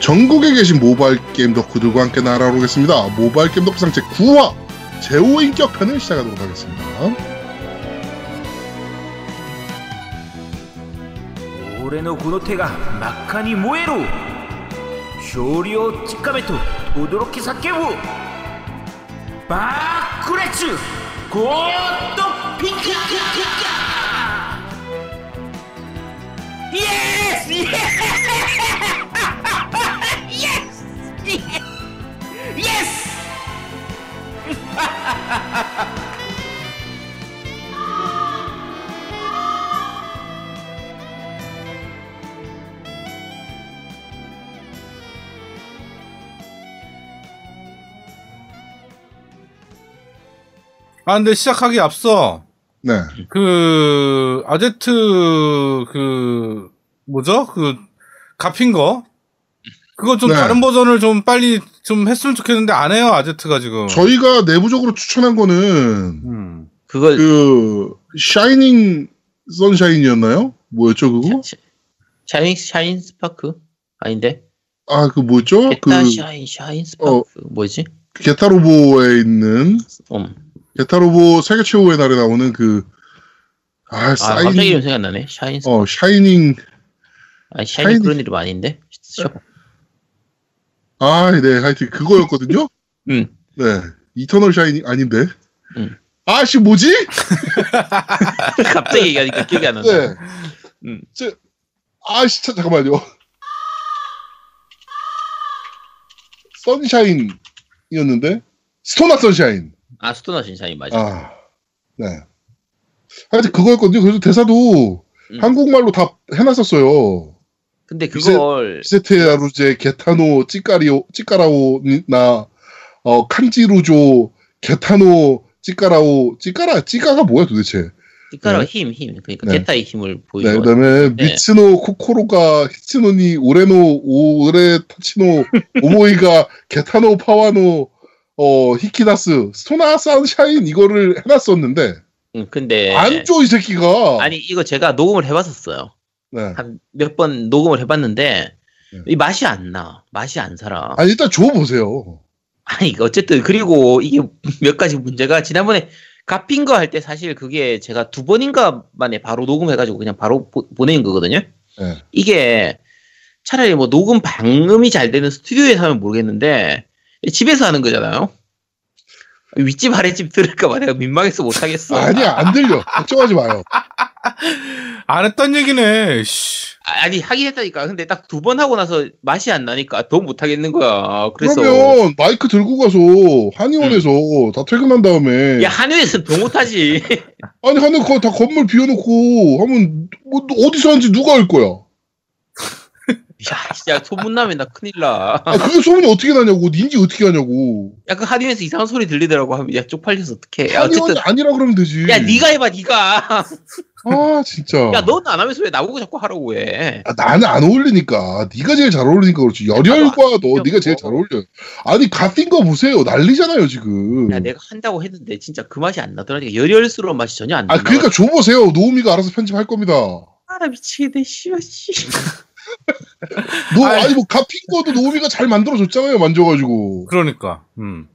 전국에 계신 모바일 게임 덕후들과 함께 날아오르겠습니다. 모바일 게임 덕후 상체 9화 제5인격편을 시작하도록 하겠습니다. 俺のこの手が真っ赤に燃えろ勝利をつかめと驚き叫ぶバークレッチュゴーッドピンカイエスイエスイエスイエス 아, 근데 시작하기 앞서, 네. 그, 아제트, 그, 뭐죠? 그, 갚힌 거? 그거 좀 네. 다른 버전을 좀 빨리 좀 했으면 좋겠는데 안 해요, 아제트가 지금. 저희가 내부적으로 추천한 거는 음. 그걸 그 샤이닝 선샤인이었나요? 뭐였죠 그거? 샤- 샤인 샤인 스파크 아닌데 아 그 뭐였죠? 그 에타 샤인 샤인 스파크 어. 뭐지? 게타로보에 있는 음. 게타로보 세계 최후의 날에 나오는 그아 아 갑자기 사인 이름 생각나네. 샤인 스파크. 어 샤이닝 아니 샤인 샤인- 그런 이름 네. 아닌데. 샤- 아 네 하여튼 그거였거든요. 음. 네 이터널 샤이닝 아닌데. 음. 아씨 뭐지? 갑자기 얘기하니까 기억이 안 난다. 네. 음. 저, 아, 씨, 참, 잠깐만요. 선샤인이었는데, 스토나 선샤인. 아 스토나 신샤인 맞아. 아, 네. 하여튼 그거였거든요. 그래서 대사도 음. 한국말로 다 해놨었어요. 근데 그걸 세테야루제, 게타노, 찌까리오, 찌까라오나, 어, 칸지루조, 게타노, 찌까라오, 찌까라, 찌까가 뭐야 도대체? 뒷가락 네. 힘 힘. 그러니까 네. 게타의 힘을 네, 보이고. 그다음에 네. 미츠노 코코로가 히츠노니 오레노 오레 타치노 오모이가 게타노 파와노 어 히키다스 스토나 산샤인 이거를 해놨었는데 음, 근데 안 줘 이 새끼가 아니 이거 제가 녹음을 해봤었어요. 네. 한 몇 번 녹음을 해봤는데 네. 이 맛이 안 나. 맛이 안 살아. 아니 일단 줘 보세요 아니 어쨌든 그리고 이게 몇 가지 문제가 지난번에 갚힌 거 할 때 사실 그게 제가 두 번인가 만에 바로 녹음해가지고 그냥 바로 보, 보낸 거거든요. 네. 이게 차라리 뭐 녹음 방음이 잘 되는 스튜디오에서 하면 모르겠는데 집에서 하는 거잖아요. 윗집 아랫집 들을까봐 내가 민망해서 못하겠어. 아니야 안 들려 걱정하지 마요 안 했단 얘기네, 씨. 아, 아니 하긴 했다니까. 근데 딱 두 번 하고 나서 맛이 안 나니까 더 못하겠는 거야. 그래서 음. 그러면 마이크 들고 가서 한의원에서 다 퇴근한 다음에 야 한우에서는 더 못하지. 아니 하는 거 다 건물 비워놓고 하면 뭐, 어디서 하는지 누가 알 거야 야 진짜 소문나면 나 큰일 나. 아, 그게 소문이 어떻게 나냐고 닌지 어떻게 하냐고 약간 한의원에서 이상한 소리 들리더라고 하면 야 쪽팔려서 어떡해 야, 한의원이 어쨌든 아니라 그러면 되지 야 네가 해봐 네가 아 진짜. 야 너는 안 하면서 왜 나보고 자꾸 하라고 해 아, 나는 안 어울리니까. 네가 제일 잘 어울리니까 그렇지. 아, 열혈과 너 어울려. 네가 제일 잘 어울려. 아니 같은 거 보세요. 난리잖아요 지금. 야 내가 한다고 했는데 진짜 그 맛이 안 나더라니까 열혈스러운 맛이 전혀 안 나. 아 그러니까 줘 보세요. 노우미가 알아서 편집할 겁니다. 노 아 미치겠네 씨발 씨. 아이. 아니 뭐 갚힌 거도 노우미가 잘 만들어 줬잖아요. 만져가지고. 그러니까. 음.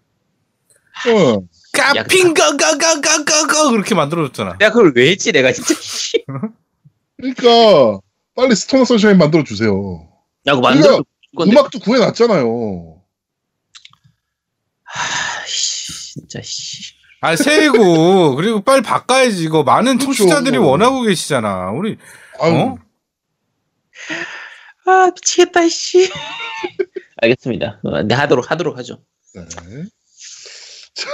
어. 갚힌 거, 거, 거, 거, 거, 거, 그렇게 만들어줬잖아. 내가 그걸 왜 했지 내가 진짜. 씨. 그러니까 빨리 스토너 선샤인 만들어 주세요. 야 그거 만들어 그러니까 건데. 음악도 구해놨잖아요. 아, 씨, 진짜 씨. 아, 새해고, 그리고 빨리 바꿔야지, 이거. 많은 그렇죠. 청취자들이 원하고 계시잖아. 우리, 아유, 어? 아 미치겠다 씨. 알겠습니다. 어, 네 하도록 하도록 하죠. 네. 자.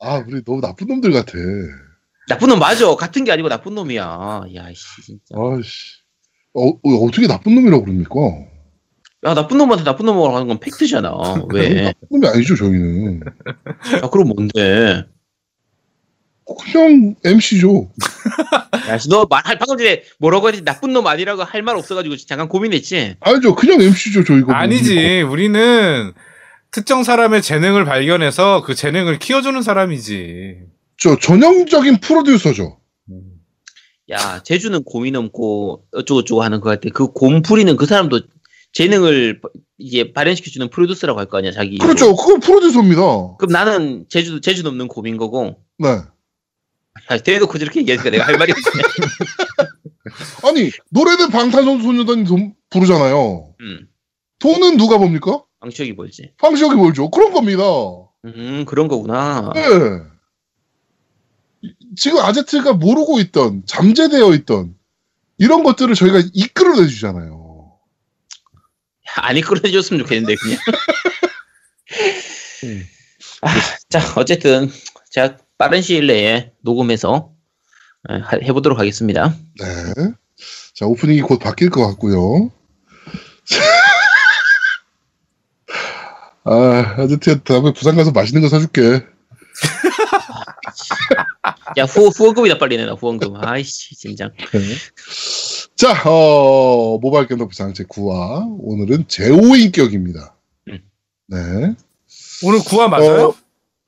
아 우리 너무 나쁜 놈들 같아. 나쁜 놈 맞아. 같은 게 아니고 나쁜 놈이야. 야씨 진짜. 아씨. 어, 어, 어떻게 나쁜 놈이라고 그럽니까? 야 나쁜 놈한테 나쁜 놈으로 하는 건 팩트잖아. 왜? 나쁜 놈이 아니죠, 저희는. 아, 그럼 뭔데? 그냥 MC죠. 야, 씨, 너 말할 방금 전에 뭐라고 했지? 나쁜 놈 아니라고 할 말 없어가지고 잠깐 고민했지. 아니죠, 그냥 MC죠, 저희가. 아니지. 우리는 특정 사람의 재능을 발견해서 그 재능을 키워주는 사람이지. 저 전형적인 프로듀서죠. 야, 제주는 곰이 넘고 어쩌고저쩌고 하는 것 같아. 그 곰풀이는 그 사람도 재능을 이제 발현시켜주는 프로듀서라고 할 거 아니야, 자기. 그렇죠. 그건 프로듀서입니다. 그럼 나는 제주, 제주 넘는 곰인 거고. 네. 야, 대놓고 저렇게 얘기하니까 내가 할 말이 없네. 아니 노래는 방탄소년단이 돈 부르잖아요. 음, 돈은 누가 봅니까? 방치혁이 뭘지. 황시혁이 벌죠. 그런 겁니다. 음, 그런 거구나. 네. 지금 아제트가 모르고 있던 잠재되어 있던 이런 것들을 저희가 이끌어내 주잖아요. 안 이끌어줬으면 좋겠는데 그냥. 음. 아, 자 어쨌든 제가 빠른 시일 내에 녹음해서 어, 하- 해보도록 하겠습니다. 네. 자, 오프닝이 곧 바뀔 것 같고요. 아, 아저씨야, 다음에 부산 가서 맛있는 거 사줄게. 야 후, 후원금이다 빨리 내놔 후원금. 아이씨 진짜. 자, 어, 모바일 겜덕 부산 제9화. 오늘은 제5인격입니다. 음. 네. 오늘 구화 맞아요? 어,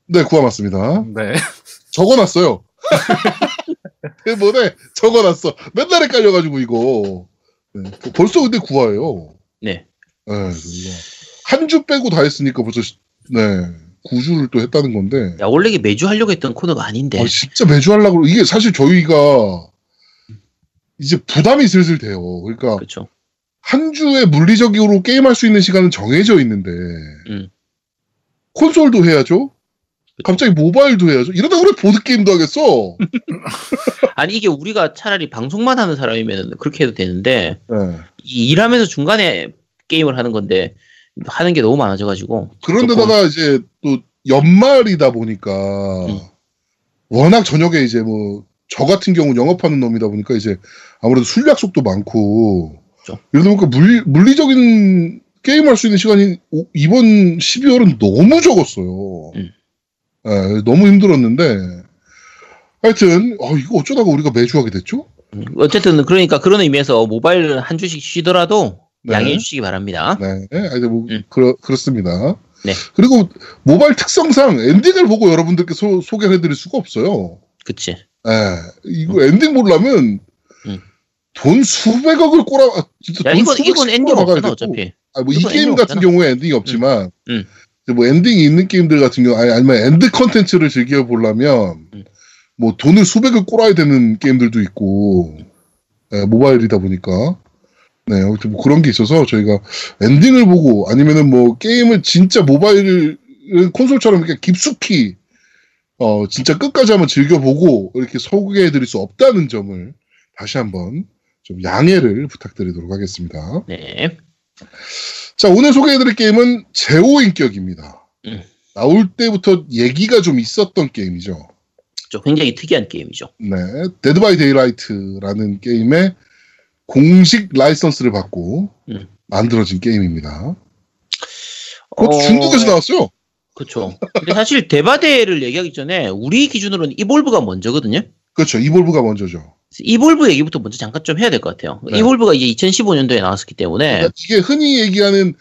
네, 9화 맞습니다. 네. 적어놨어요. 일본에 적어놨어. 맨날 헷갈려가지고, 이거. 네, 벌써 근데 9화예요 네. 네, 한 주 빼고 다 했으니까 벌써 시- 네 9주를 또 했다는 건데 야 원래 이게 매주 하려고 했던 코너가 아닌데. 아, 진짜 매주 하려고 그러- 이게 사실 저희가 이제 부담이 슬슬 돼요. 그러니까 그렇죠. 한 주에 물리적으로 게임할 수 있는 시간은 정해져 있는데 음. 콘솔도 해야죠. 갑자기 모바일도 해야죠. 이러다 우리 보드 게임도 하겠어. 아니 이게 우리가 차라리 방송만 하는 사람이면 그렇게 해도 되는데 네. 이 일하면서 중간에 게임을 하는 건데 하는 게 너무 많아져가지고. 그런데다가 이제 또 연말이다 보니까 음. 워낙 저녁에 이제 뭐 저 같은 경우는 영업하는 놈이다 보니까 이제 아무래도 술 약속도 많고 그렇죠. 이러다 보니까 물리, 물리적인 게임할 수 있는 시간이 오- 이번 12월은 너무 적었어요. 음. 예, 너무 힘들었는데 하여튼 어, 이거 어쩌다가 우리가 매주 하게 됐죠? 음, 어쨌든 그러니까 그런 의미에서 모바일 한 주씩 쉬더라도 네. 양해해 주시기 바랍니다. 네, 하여튼 뭐 음. 그렇, 그렇습니다. 네. 그리고 모바일 특성상 엔딩을 보고 여러분들께 소, 소개해드릴 수가 없어요. 그치. 예, 이거 엔딩 보려면 음. 돈 수백억을 꼬라, 아, 진짜 야, 돈 이건, 수백씩 이건 엔딩 꼬라박아야 되고. 없잖아, 어차피. 아, 뭐 이 이건 게임 엔딩 같은 없잖아. 경우에 엔딩이 없지만, 음. 이제 뭐 엔딩이 있는 게임들 같은 경우, 아니, 아니면 엔드 컨텐츠를 즐겨보려면, 음. 뭐 돈을 수백을 꼬라야 되는 게임들도 있고, 예, 모바일이다 보니까. 네, 아무튼 뭐 그런 게 있어서 저희가 엔딩을 보고, 아니면은 뭐 게임을 진짜 모바일을 콘솔처럼 이렇게 깊숙이 어, 진짜 끝까지 한번 즐겨보고 이렇게 소개해드릴 수 없다는 점을 다시 한번 좀 양해를 부탁드리도록 하겠습니다. 네. 자, 오늘 소개해드릴 게임은 제오인격입니다. 음. 나올 때부터 얘기가 좀 있었던 게임이죠. 저 굉장히 특이한 게임이죠. 네, 데드 바이 데이라이트라는 게임의 공식 라이선스를 받고 음. 만들어진 게임입니다. 그것도 중국에서 나왔어요. 그쵸. 근데 사실 대바대를 얘기하기 전에 우리 기준으로는 이볼브가 먼저거든요. 그렇죠. 그래서 이볼브가 먼저죠. 이볼브 얘기부터 먼저 잠깐 좀 해야 될 것 같아요. 네. 이볼브가 이제 2015년도에 나왔었기 때문에. 그러니까 이게 흔히 얘기하는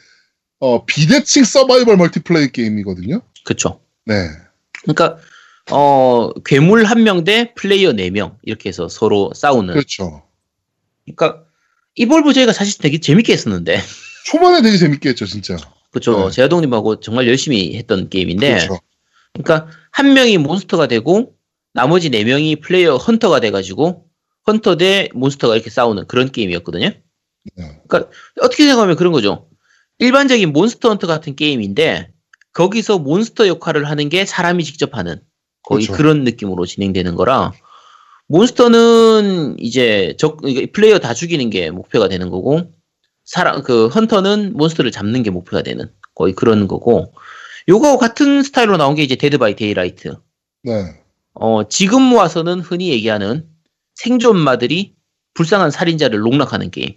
어, 비대칭 서바이벌 멀티플레이 게임이거든요. 그쵸. 네. 그러니까, 어, 괴물 한 명 대 플레이어 네 명 이렇게 해서 서로 싸우는. 그렇죠. 그러니까, 이볼브 저희가 사실 되게 재밌게 했었는데. 초반에 되게 재밌게 했죠, 진짜. 그렇죠. 네. 제아동님하고 정말 열심히 했던 게임인데, 그렇죠. 그러니까한 명이 몬스터가 되고 나머지 네 명이 플레이어 헌터가 돼가지고 헌터 대 몬스터가 이렇게 싸우는 그런 게임이었거든요. 네. 그러니까 어떻게 생각하면 그런 거죠. 일반적인 몬스터 헌터 같은 게임인데 거기서 몬스터 역할을 하는 게 사람이 직접 하는 거의 그렇죠. 그런 느낌으로 진행되는 거라 몬스터는 이제 적 그러니까 플레이어 다 죽이는 게 목표가 되는 거고 사람 그 헌터는 몬스터를 잡는 게 목표가 되는 거의 그런 거고 요거 같은 스타일로 나온 게 이제 데드 바이 데이라이트. 네. 어, 지금 와서는 흔히 얘기하는 생존마들이 불쌍한 살인자를 농락하는 게임.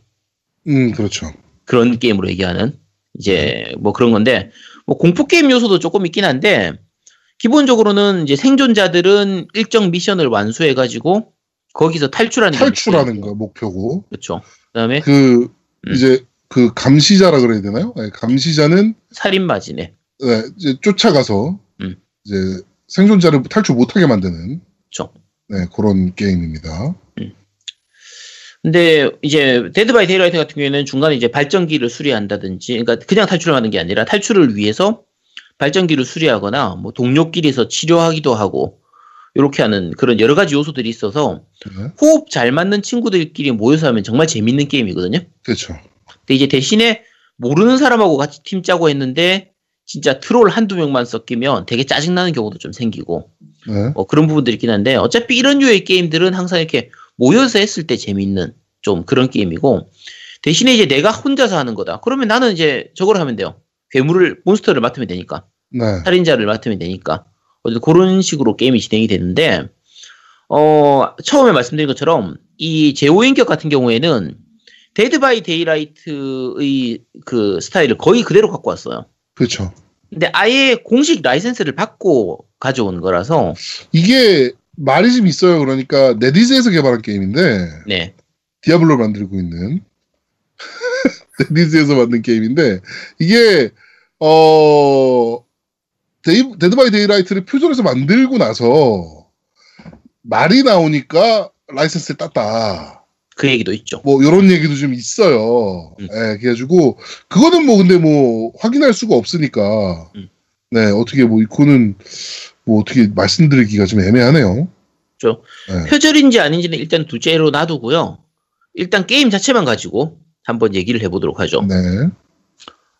음, 그렇죠. 그런 게임으로 얘기하는 이제 뭐 그런 건데 뭐 공포 게임 요소도 조금 있긴 한데 기본적으로는 이제 생존자들은 일정 미션을 완수해 가지고 거기서 탈출하는 게 탈출하는 목표예요. 거 목표고. 그렇죠. 그다음에 그, 음. 이제, 그 감시자라 그래야 되나요? 네, 감시자는, 살인마지네. 네, 이제 쫓아가서, 음. 이제 생존자를 탈출 못하게 만드는. 그렇죠. 네, 그런 게임입니다. 근데 이제 데드 바이 데이라이트 같은 경우에는 중간에 이제 발전기를 수리한다든지, 그러니까 그냥 탈출하는 게 아니라 탈출을 위해서 발전기를 수리하거나 뭐 동료끼리서 치료하기도 하고 이렇게 하는 그런 여러 가지 요소들이 있어서 네. 호흡 잘 맞는 친구들끼리 모여서 하면 정말 재밌는 게임이거든요. 그렇죠. 근데 이제 대신에 모르는 사람하고 같이 팀 짜고 했는데 진짜 트롤 한두 명만 섞이면 되게 짜증나는 경우도 좀 생기고 네. 뭐 그런 부분들이 있긴 한데 어차피 이런 류의 게임들은 항상 이렇게 모여서 했을 때 재밌는 좀 그런 게임이고 대신에 이제 내가 혼자서 하는 거다. 그러면 나는 이제 저걸 하면 돼요. 괴물을 몬스터를 맡으면 되니까 네. 살인자를 맡으면 되니까 어쨌든 그런 식으로 게임이 진행이 되는데 어 처음에 말씀드린 것처럼 이 제오인격 같은 경우에는 데드 바이 데이라이트의 그 스타일을 거의 그대로 갖고 왔어요. 그렇죠. 근데 아예 공식 라이센스를 받고 가져온 거라서 이게 말이 좀 있어요. 그러니까 네디즈에서 개발한 게임인데 네 디아블로 만들고 있는 네디즈에서 만든 게임인데 이게 어 데이, 데드 바이 데이라이트를 표절해서 만들고 나서 말이 나오니까 라이선스를 땄다. 그 얘기도 있죠. 뭐 이런 얘기도 좀 있어요. 음. 예, 그래가지고 그거는 뭐 근데 뭐 확인할 수가 없으니까 음. 네 어떻게 뭐 이코는 뭐 어떻게 말씀드리기가 좀 애매하네요. 표절인지 아닌지는 일단 둘째로 놔두고요. 일단 게임 자체만 가지고 한번 얘기를 해보도록 하죠. 네.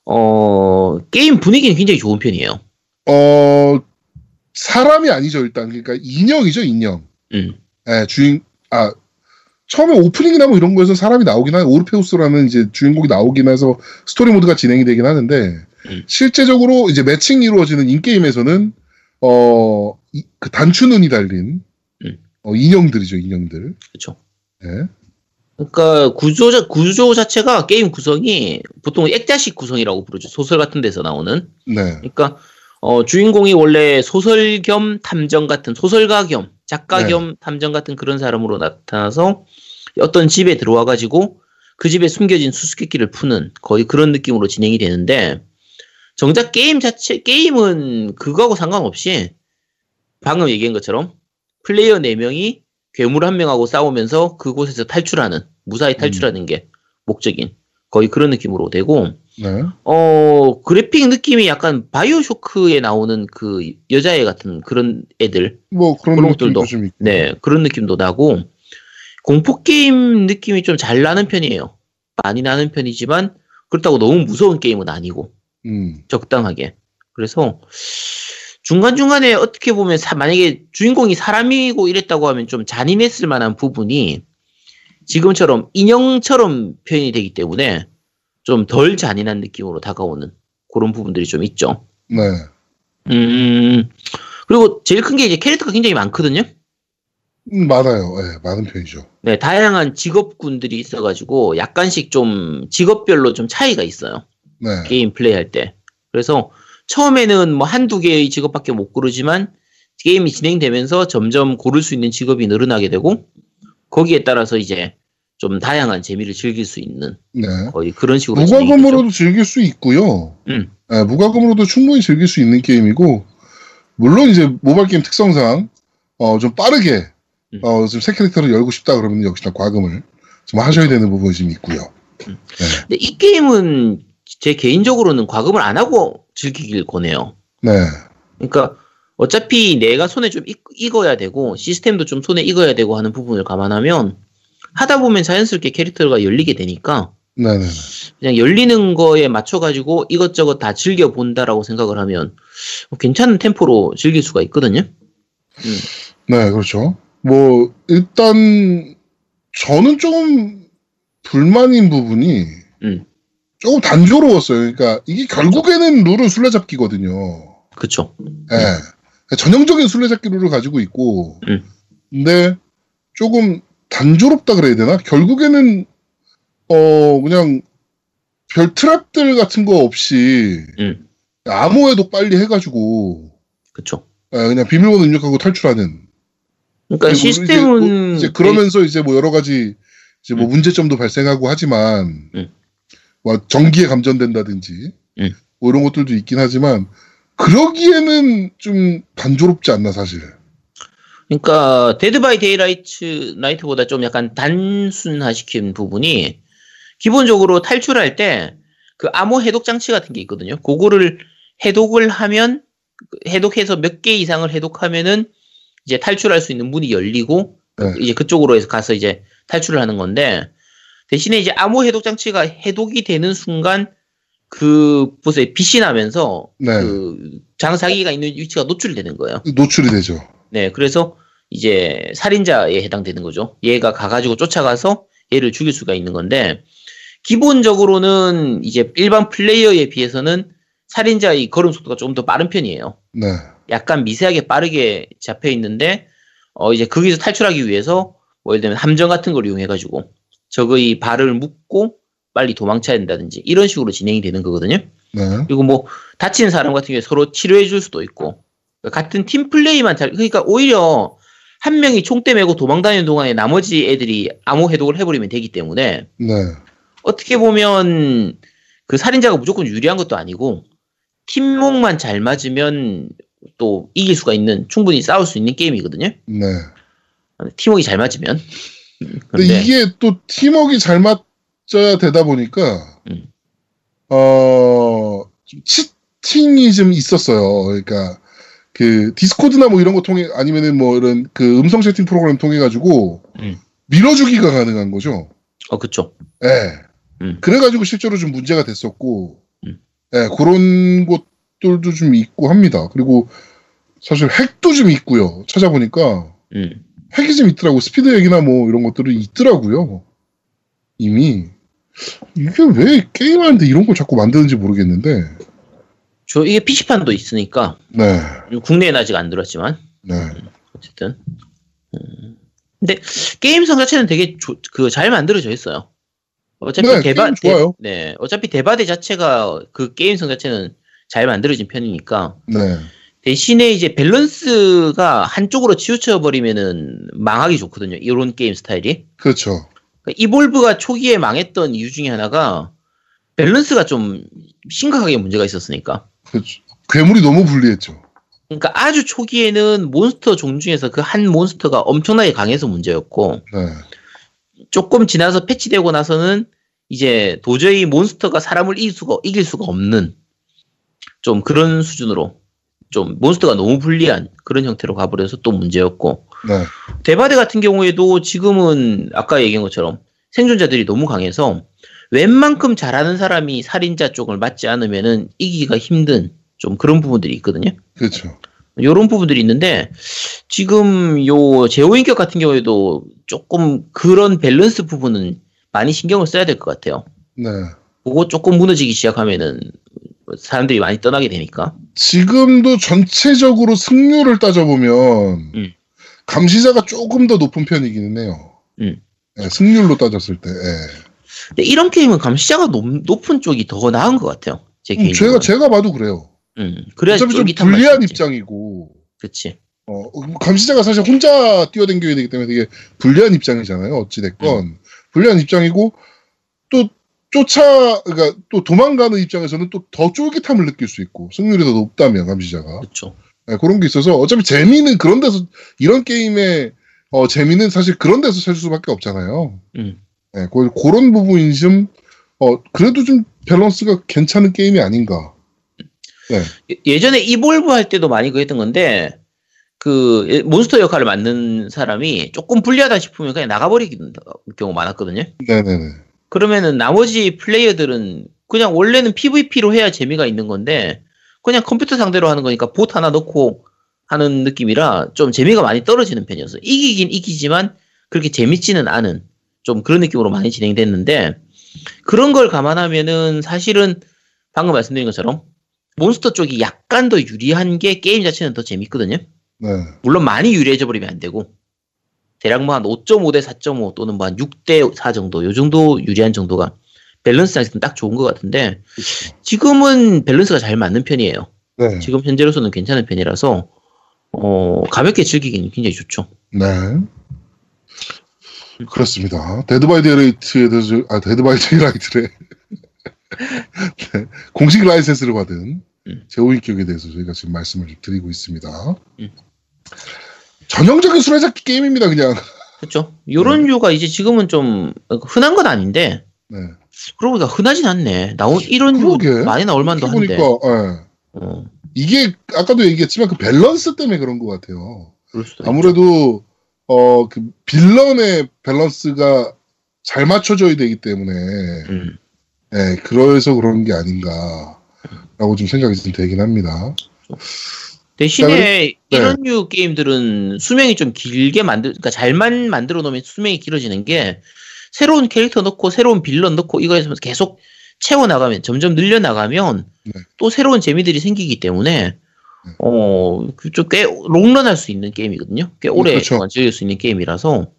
어 게임 분위기는 굉장히 좋은 편이에요. 어 사람이 아니죠 일단 그러니까 인형이죠 인형. 음. 예, 주인 아 처음에 오프닝이나 뭐 이런 거에서 사람이 나오긴 하 오르페우스라는 이제 주인공이 나오긴 해서 스토리 모드가 진행이 되긴 하는데 음. 실제적으로 이제 매칭이 이루어지는 인게임에서는 어, 이- 그 단추 눈이 달린 음. 어, 인형들이죠 인형들. 그쵸. 네. 그러니까 구조 자, 구조 자체가 게임 구성이 보통 액자식 구성이라고 부르죠. 소설 같은 데서 나오는. 네. 그러니까 어, 주인공이 원래 소설 겸 탐정 같은 소설가 겸 작가 네. 겸 탐정 같은 그런 사람으로 나타나서 어떤 집에 들어와 가지고 그 집에 숨겨진 수수께끼를 푸는 거의 그런 느낌으로 진행이 되는데 정작 게임 자체 게임은 그거하고 상관없이 방금 얘기한 것처럼 플레이어 4명이 괴물 한 명하고 싸우면서 그곳에서 탈출하는 무사히 탈출하는 게 목적인 거의 그런 느낌으로 되고 네. 어, 그래픽 느낌이 약간 바이오 쇼크에 나오는 그 여자애 같은 그런 애들. 뭐 그런 그런 것들도 것들도. 좀 있고. 네, 그런 느낌도 나고, 공포게임 느낌이 좀 잘 나는 편이에요. 많이 나는 편이지만, 그렇다고 너무 무서운 게임은 아니고, 음. 적당하게. 그래서, 중간중간에 어떻게 보면, 사- 만약에 주인공이 사람이고 이랬다고 하면 좀 잔인했을 만한 부분이, 지금처럼 인형처럼 표현이 되기 때문에, 좀 덜 잔인한 느낌으로 다가오는 그런 부분들이 좀 있죠. 네. 음. 그리고 제일 큰 게 이제 캐릭터가 굉장히 많거든요. 음, 많아요. 예, 많은 편이죠. 네, 다양한 직업군들이 있어가지고 약간씩 좀 직업별로 좀 차이가 있어요. 네. 게임 플레이할 때. 그래서 처음에는 뭐 한두 개의 직업밖에 못 고르지만 게임이 진행되면서 점점 고를 수 있는 직업이 늘어나게 되고 거기에 따라서 이제 좀 다양한 재미를 즐길 수 있는 네. 거의 그런 식으로 진행이 되죠. 무과금으로도 즐길 수 있고요. 음. 예, 무과금으로도 충분히 즐길 수 있는 게임이고 물론 이제 모바일 게임 특성상 어, 좀 빠르게 음. 어, 좀새 캐릭터를 열고 싶다 그러면 역시나 과금을 좀 그렇죠. 하셔야 되는 부분이 좀 있고요. 근데 이 게임은 제 개인적으로는 과금을 안 하고 즐기길 권해요. 네, 그러니까 어차피 내가 손에 좀 익, 익어야 되고 시스템도 좀 손에 익어야 되고 하는 부분을 감안하면 하다 보면 자연스럽게 캐릭터가 열리게 되니까 네, 네, 그냥 열리는 거에 맞춰가지고 이것저것 다 즐겨 본다라고 생각을 하면 뭐 괜찮은 템포로 즐길 수가 있거든요. 네, 그렇죠. 뭐 일단 저는 좀 불만인 부분이 음. 조금 단조로웠어요. 그러니까 이게 결국에는 룰은 술래잡기거든요. 그쵸? 예. 전형적인 술래잡기 룰을 가지고 있고, 음. 근데 조금 단조롭다 그래야 되나? 결국에는, 어, 그냥 별 트랩들 같은 거 없이 음. 아무에도 빨리 해가지고, 그쵸? 예, 그냥 비밀번호 입력하고 탈출하는. 그러니까 그리고 시스템은 네. 이제, 뭐 이제 그러면서 이제 뭐 여러 가지 이제 뭐 음. 문제점도 발생하고 하지만 음. 뭐 전기에 감전된다든지 음. 뭐 이런 것들도 있긴 하지만 그러기에는 좀 단조롭지 않나 사실. 그러니까 데드 바이 데이라이트 라이트보다 좀 약간 단순화시킨 부분이 기본적으로 탈출할 때 그 암호 해독 장치 같은 게 있거든요. 그거를 해독을 하면 해독해서 몇 개 이상을 해독하면은 이제 탈출할 수 있는 문이 열리고 네. 이제 그쪽으로 해서 가서 이제 탈출을 하는 건데 대신에 이제 암호 해독 장치가 해독이 되는 순간 그 보세요 빛이 나면서 네. 그 장사기가 있는 위치가 노출되는 거예요. 노출이 되죠. 네, 그래서 이제 살인자에 해당되는 거죠. 얘가 가가지고 쫓아가서 얘를 죽일 수가 있는 건데, 기본적으로는 이제 일반 플레이어에 비해서는 살인자의 걸음 속도가 조금 더 빠른 편이에요. 네. 약간 미세하게 빠르게 잡혀 있는데, 어, 이제 거기서 탈출하기 위해서, 뭐 예를 들면 함정 같은 걸 이용해가지고, 적의 발을 묶고 빨리 도망쳐야 된다든지, 이런 식으로 진행이 되는 거거든요. 네. 그리고 뭐 다친 사람 같은 경우에 서로 치료해 줄 수도 있고 같은 팀 플레이만 잘 그러니까 오히려 한 명이 총대 메고 도망다니는 동안에 나머지 애들이 암호 해독을 해버리면 되기 때문에 네. 어떻게 보면 그 살인자가 무조건 유리한 것도 아니고 팀목만 잘 맞으면 또 이길 수가 있는 충분히 싸울 수 있는 게임이거든요 네. 팀목이 잘 맞으면 근데 근데 이게 또 팀워크가 잘 맞춰야 되다 보니까 음. 어, 좀 치팅이 좀 있었어요. 그러니까 그 디스코드나 뭐 이런 거 통해 아니면은 뭐 이런 그 음성 채팅 프로그램 통해 가지고 음. 밀어주기가 가능한 거죠. 어 그쵸 예. 음. 그래가지고 실제로 좀 문제가 됐었고, 음. 예, 그런 것들도 좀 있고 합니다. 그리고 사실 핵도 좀 있고요. 찾아보니까 음. 핵이 좀 있더라고. 스피드 핵이나 뭐 이런 것들이 있더라고요. 이미. 이게 왜 게임하는데 이런 걸 자꾸 만드는지 모르겠는데, 저 이게 PC판도 있으니까 네, 국내에는 아직 안 들었지만 네, 어쨌든. 음. 근데 게임성 자체는 되게 그 잘 만들어져 있어요. 어차피 네, 대바 게임 좋아요. 대- 네, 어차피 대바대 자체가 그 게임성 자체는 잘 만들어진 편이니까 네, 대신에 이제 밸런스가 한쪽으로 치우쳐 버리면은 망하기 좋거든요. 이런 게임 스타일이. 그렇죠. 그러니까 이볼브가 초기에 망했던 이유 중에 하나가 밸런스가 좀 심각하게 문제가 있었으니까. 그렇죠. 괴물이 너무 불리했죠. 그러니까 아주 초기에는 몬스터 종 중에서 그 한 몬스터가 엄청나게 강해서 문제였고 네, 조금 지나서 패치되고 나서는 이제 도저히 몬스터가 사람을 이길 수가, 이길 수가 없는 좀 그런 수준으로 좀 몬스터가 너무 불리한 그런 형태로 가버려서 또 문제였고 네, 데바데 같은 경우에도 지금은 아까 얘기한 것처럼 생존자들이 너무 강해서 웬만큼 잘하는 사람이 살인자 쪽을 맞지 않으면은 이기기가 힘든 좀 그런 부분들이 있거든요. 그렇죠. 요런 부분들이 있는데 지금 요 제오인격 같은 경우에도 조금 그런 밸런스 부분은 많이 신경을 써야 될 것 같아요. 네. 그거 조금 무너지기 시작하면은 사람들이 많이 떠나게 되니까. 지금도 전체적으로 승률을 따져보면 음. 감시자가 조금 더 높은 편이기는 해요. 음. 예, 승률로 따졌을 때. 예. 근데 이런 게임은 감시자가 높, 은 쪽이 더 나은 것 같아요. 제 음, 제가 개인적으로. 제가 봐도 그래요. 음, 그래야 어차피 좀 쫄깃한 맛이 불리한 있지. 입장이고 그치. 어, 감시자가 사실 혼자 뛰어댕겨야 되기 때문에 되게 불리한 입장이잖아요. 어찌 됐건 불리한 입장이고 또 쫓아 그러니까 또 도망가는 입장에서는 또 더 쫄깃함을 느낄 수 있고 승률이 더 높다면 감시자가 그쵸. 예, 그런 게 있어서 어차피 재미는 그런 데서 이런 게임의 어, 재미는 사실 그런 데서 찾을 수밖에 없잖아요. 음. 예, 그, 런 부분이 좀 어, 그래도 좀 밸런스가 괜찮은 게임이 아닌가. 예- 예전에 이볼브 할 때도 많이 그랬던 건데 그 예- 몬스터 역할을 맡는 사람이 조금 불리하다 싶으면 그냥 나가버리는 경우 많았거든요. 네네네. 그러면은 나머지 플레이어들은 그냥 원래는 PVP로 해야 재미가 있는 건데 그냥 컴퓨터 상대로 하는 거니까 봇 하나 넣고 하는 느낌이라 좀 재미가 많이 떨어지는 편이었어요. 이기긴 이기지만 그렇게 재밌지는 않은 좀 그런 느낌으로 많이 진행됐는데 그런 걸 감안하면은 사실은 방금 말씀드린 것처럼 몬스터 쪽이 약간 더 유리한 게 게임 자체는 더 재밌거든요. 네. 물론 많이 유리해져 버리면 안 되고 대략 뭐 한 5.5 대 4.5 또는 뭐 한 6대 4 정도 요 정도 유리한 정도가 밸런스 자체는 딱 좋은 것 같은데 지금은 밸런스가 잘 맞는 편이에요. 네. 지금 현재로서는 괜찮은 편이라서 어, 가볍게 즐기기는 굉장히 좋죠. 네. 그렇습니다. 데드 바이 데이라이트에 대해서, 좀- 아, 데드 바이 데이라이트래. 네. 공식 라이센스를 받은 음. 제오인격에 대해서 저희가 지금 말씀을 드리고 있습니다. 음. 전형적인 수레잡기 게임입니다, 그냥. 그렇죠. 요런 류가 이제 지금은 좀 흔한 건 아닌데 네. 그러고 보니까 흔하진 않네. 나온 이런 류 그러게. 많이 나올 만도 이렇게 한데. 보니까 예. 어, 이게 아까도 얘기했지만 그 밸런스 때문에 그런 것 같아요. 그럴 수도 있죠. 아무래도 어 그 빌런의 밸런스가 잘 맞춰져야 되기 때문에 음. 예, 그래서 그런 게 아닌가라고 좀 생각이 좀 되긴 합니다. 대신에 네. 이런 류 게임들은 수명이 좀 길게 만들, 그러니까 잘만 만들어 놓으면 수명이 길어지는 게 새로운 캐릭터 넣고 새로운 빌런 넣고 이거 해서 계속 채워 나가면 점점 늘려 나가면 네. 또 새로운 재미들이 생기기 때문에 어좀꽤 롱런할 수 있는 게임이거든요. 꽤 오래 그렇죠. 동안 즐길 수 있는 게임이라서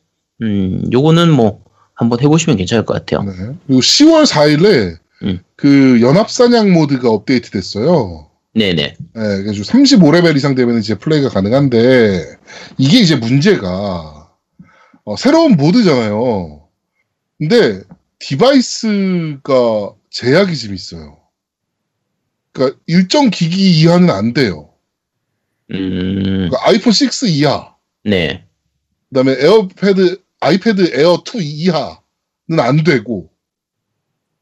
음 요거는 뭐 한번 해보시면 괜찮을 것 같아요. 네. 그리고 10월 4일에 음. 그 연합 사냥 모드가 업데이트 됐어요. 네. 네 예, 그래서 35레벨 이상 되면 이제 플레이가 가능한데 이게 이제 문제가 어, 새로운 모드잖아요. 근데 디바이스가 제약이 좀 있어요. 그러니까 일정 기기 이하는 안 돼요. 음 그러니까 아이폰 6 이하, 네. 그다음에 에어패드 아이패드 에어 2 이하는 안 되고,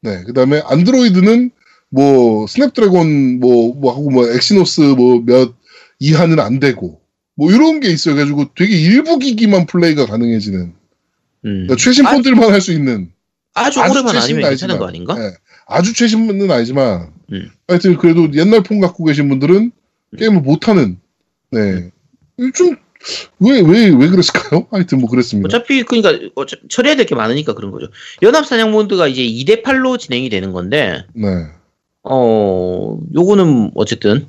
네, 그다음에 안드로이드는 뭐 스냅드래곤 뭐 뭐 하고 뭐 엑시노스 뭐 몇 이하는 안 되고, 뭐 이런 게 있어가지고 되게 일부 기기만 플레이가 가능해지는 음. 그러니까 최신 아- 폰들만 할 수 있는 아주 아주 오래만 최신은 아니면 괜찮은 거 아니지만. 아닌가? 예, 아주 최신은 아니지만 음. 하여튼 그래도 옛날 폰 갖고 계신 분들은 게임을 못하는 네. 좀 왜 왜 왜 그랬을까요? 하여튼 뭐 그랬습니다. 어차피 그러니까 어차- 처리해야 될 게 많으니까 그런 거죠. 연합 사냥 모드가 이제 2대 8로 진행이 되는 건데 네. 어 요거는 어쨌든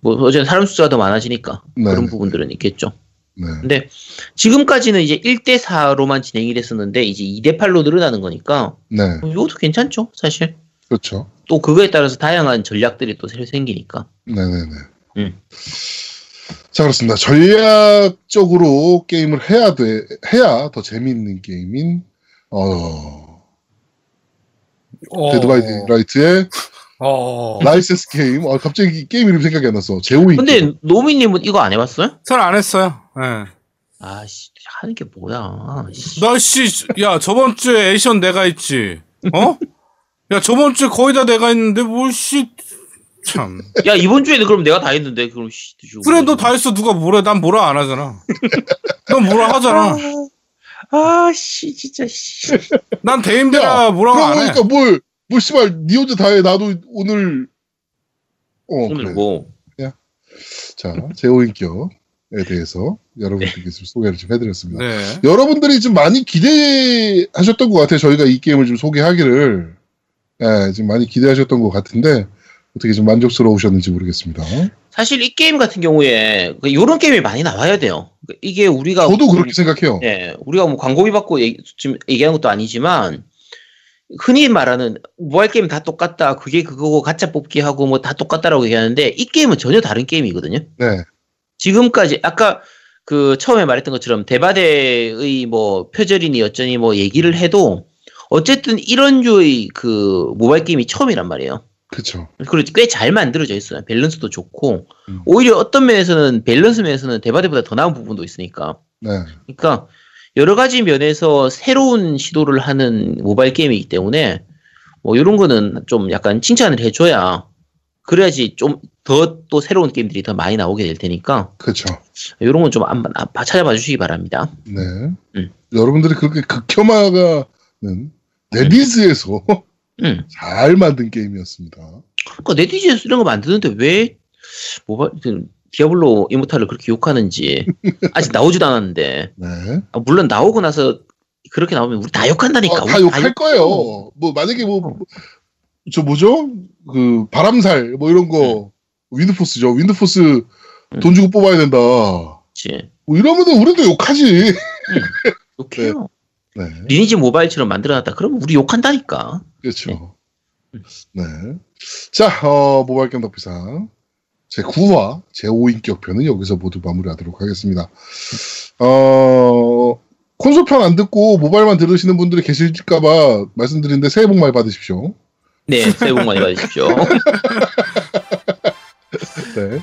뭐 어쨌든 사람 숫자가 더 많아지니까 네. 그런 부분들은 있겠죠. 네. 근데 지금까지는 이제 1대 4로만 진행이 됐었는데 이제 2대 8로 늘어나는 거니까 네. 이것도 괜찮죠, 사실. 그렇죠. 또 그거에 따라서 다양한 전략들이 또 새로 생기니까. 네, 네, 네. 음. 자, 그렇습니다. 전략적으로 게임을 해야 돼 해야 더 재미있는 게임인 어 어, 데드 바이 라이트의 어. 라이센스 게임. 어 갑자기 게임 이름 생각이 안 나서 제오인. 근데 노미님은 이거 안 해봤어요? 잘안 했어요. 예. 아씨 하는 게 뭐야? 네. 씨. 나씨, 야 저번 주에 에이션 내가 있지. 어? 야 저번 주에 거의 다 내가 있는데 뭘씨 참. 야 이번 주에는 그럼 내가 다 했는데 그럼 씨. 그래 너 다 했어 누가 뭐래? 난 뭐라 안 하잖아. 넌 뭐라 하잖아. 아씨 진짜 씨. 어, 난 대인배라 뭐라고 그러고 안 해. 보니까 뭘, 뭘, 씨발, 니 혼자 다 해. 나도 오늘, 어, 오늘 그래. 뭐 자, 제오인격에 대해서 여러분들께 좀 소개를 좀 해드렸습니다. 네. 여러분들이 좀 많이 기대하셨던 것 같아요. 저희가 이 게임을 좀 소개하기를. 예, 지금 많이 기대하셨던 것 같은데, 어떻게 좀 만족스러우셨는지 모르겠습니다. 사실 이 게임 같은 경우에 그 이런 게임이 많이 나와야 돼요. 그러니까 이게 우리가 저도 그렇죠. 뭐- 그렇게 생각해요. 예, 우리가 뭐 광고비 받고 얘기, 지금 얘기한 것도 아니지만 흔히 말하는 모바일 게임 다 똑같다. 그게 그거고 가짜 뽑기 하고 뭐 다 똑같다라고 얘기하는데 이 게임은 전혀 다른 게임이거든요. 네, 지금까지 아까 그 처음에 말했던 것처럼 대바대의 뭐 표절이니 어쩌니 뭐 얘기를 해도 어쨌든 이런 류의 그 모바일 게임이 처음이란 말이에요. 그쵸. 그리고 꽤 잘 만들어져 있어요. 밸런스도 좋고 음. 오히려 어떤 면에서는 밸런스 면에서는 대바대보다 더 나은 부분도 있으니까. 네, 그러니까 여러 가지 면에서 새로운 시도를 하는 모바일 게임이기 때문에 뭐 이런 거는 좀 약간 칭찬을 해줘야 그래야지 좀 더 또 새로운 게임들이 더 많이 나오게 될 테니까 그쵸. 이런 건 좀 한번 아- 봐- 찾아봐 주시기 바랍니다. 네. 여러분들이 그렇게 극혐하는 네비즈에서 음. 잘 만든 게임이었습니다. 그러니까 네티즌에서 이런 거 만드는데 왜 모바일 그 디아블로 이모탈을 그렇게 욕하는지 아직 나오지도 않았는데 네. 아, 물론 나오고 나서 그렇게 나오면 우리 다 욕한다니까. 어, 그러니까 우리 다 욕할 욕- 거예요. 뭐 만약에 뭐 저 뭐죠? 그 바람살 뭐 이런 네. 거 윈드포스죠. 윈드포스 돈 주고 뽑아야 된다. 뭐 그치. 이러면은 우리도 욕하지. 욕해요. 네, 리니지 모바일처럼 만들어놨다. 그러면 우리 욕한다니까. 그렇죠. 네. 자, 어, 모바일 게임 덕비상 제 9화 제 5인격 편은 여기서 모두 마무리하도록 하겠습니다. 어. 콘솔 편 안 듣고 모바일만 들으시는 분들이 계실까봐 말씀드리는데 새해 복 많이 받으십시오. 네, 새해 복 많이 받으십시오. 네.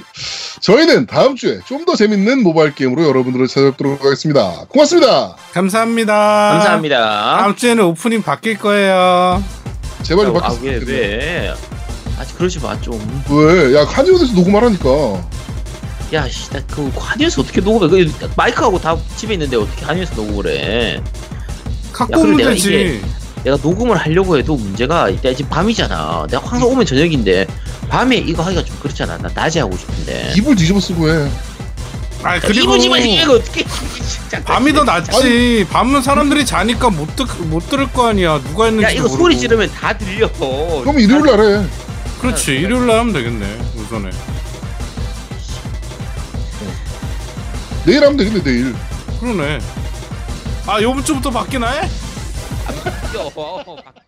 저희는 다음 주에 좀 더 재밌는 모바일 게임으로 여러분들을 찾아뵙도록 하겠습니다. 고맙습니다. 감사합니다. 감사합니다. 다음 주에는 오프닝 바뀔 거예요. 제발 좀 아, 바뀌었으면 왜, 좋겠네요. 왜? 아, 그러지 마, 좀. 왜? 야, 카니온에서 녹음하라니까. 야, 씨, 나 그, 한의에서 어떻게 녹음해? 그, 마이크하고 다 집에 있는데 어떻게 한의에서 녹음을 해? 갖고 야, 오면 그럼 내가 되지. 이게- 내가 녹음을 하려고 해도 문제가, 내가 지금 밤이잖아. 내가 항상 오면 저녁인데, 밤에 이거 하기가 좀 그렇잖아. 나 낮에 하고 싶은데. 입을 뒤집어 쓰고 해. 아, 이거 그리고 지금 이거 어떻게. 진짜. 밤이 더 낫지. 밤은 사람들이 자니까 못, 듣, 못 들을 거 아니야. 누가 했는지. 야, 이거 모르고. 소리 지르면 다 들려. 그럼 일요일 날 해. 그렇지. 일요일 날 하면 되겠네. 우선에. 내일 하면 되겠네, 내일. 그러네. 아, 요번 주부터 바뀌나요? 아, 바뀌어. 바뀌어.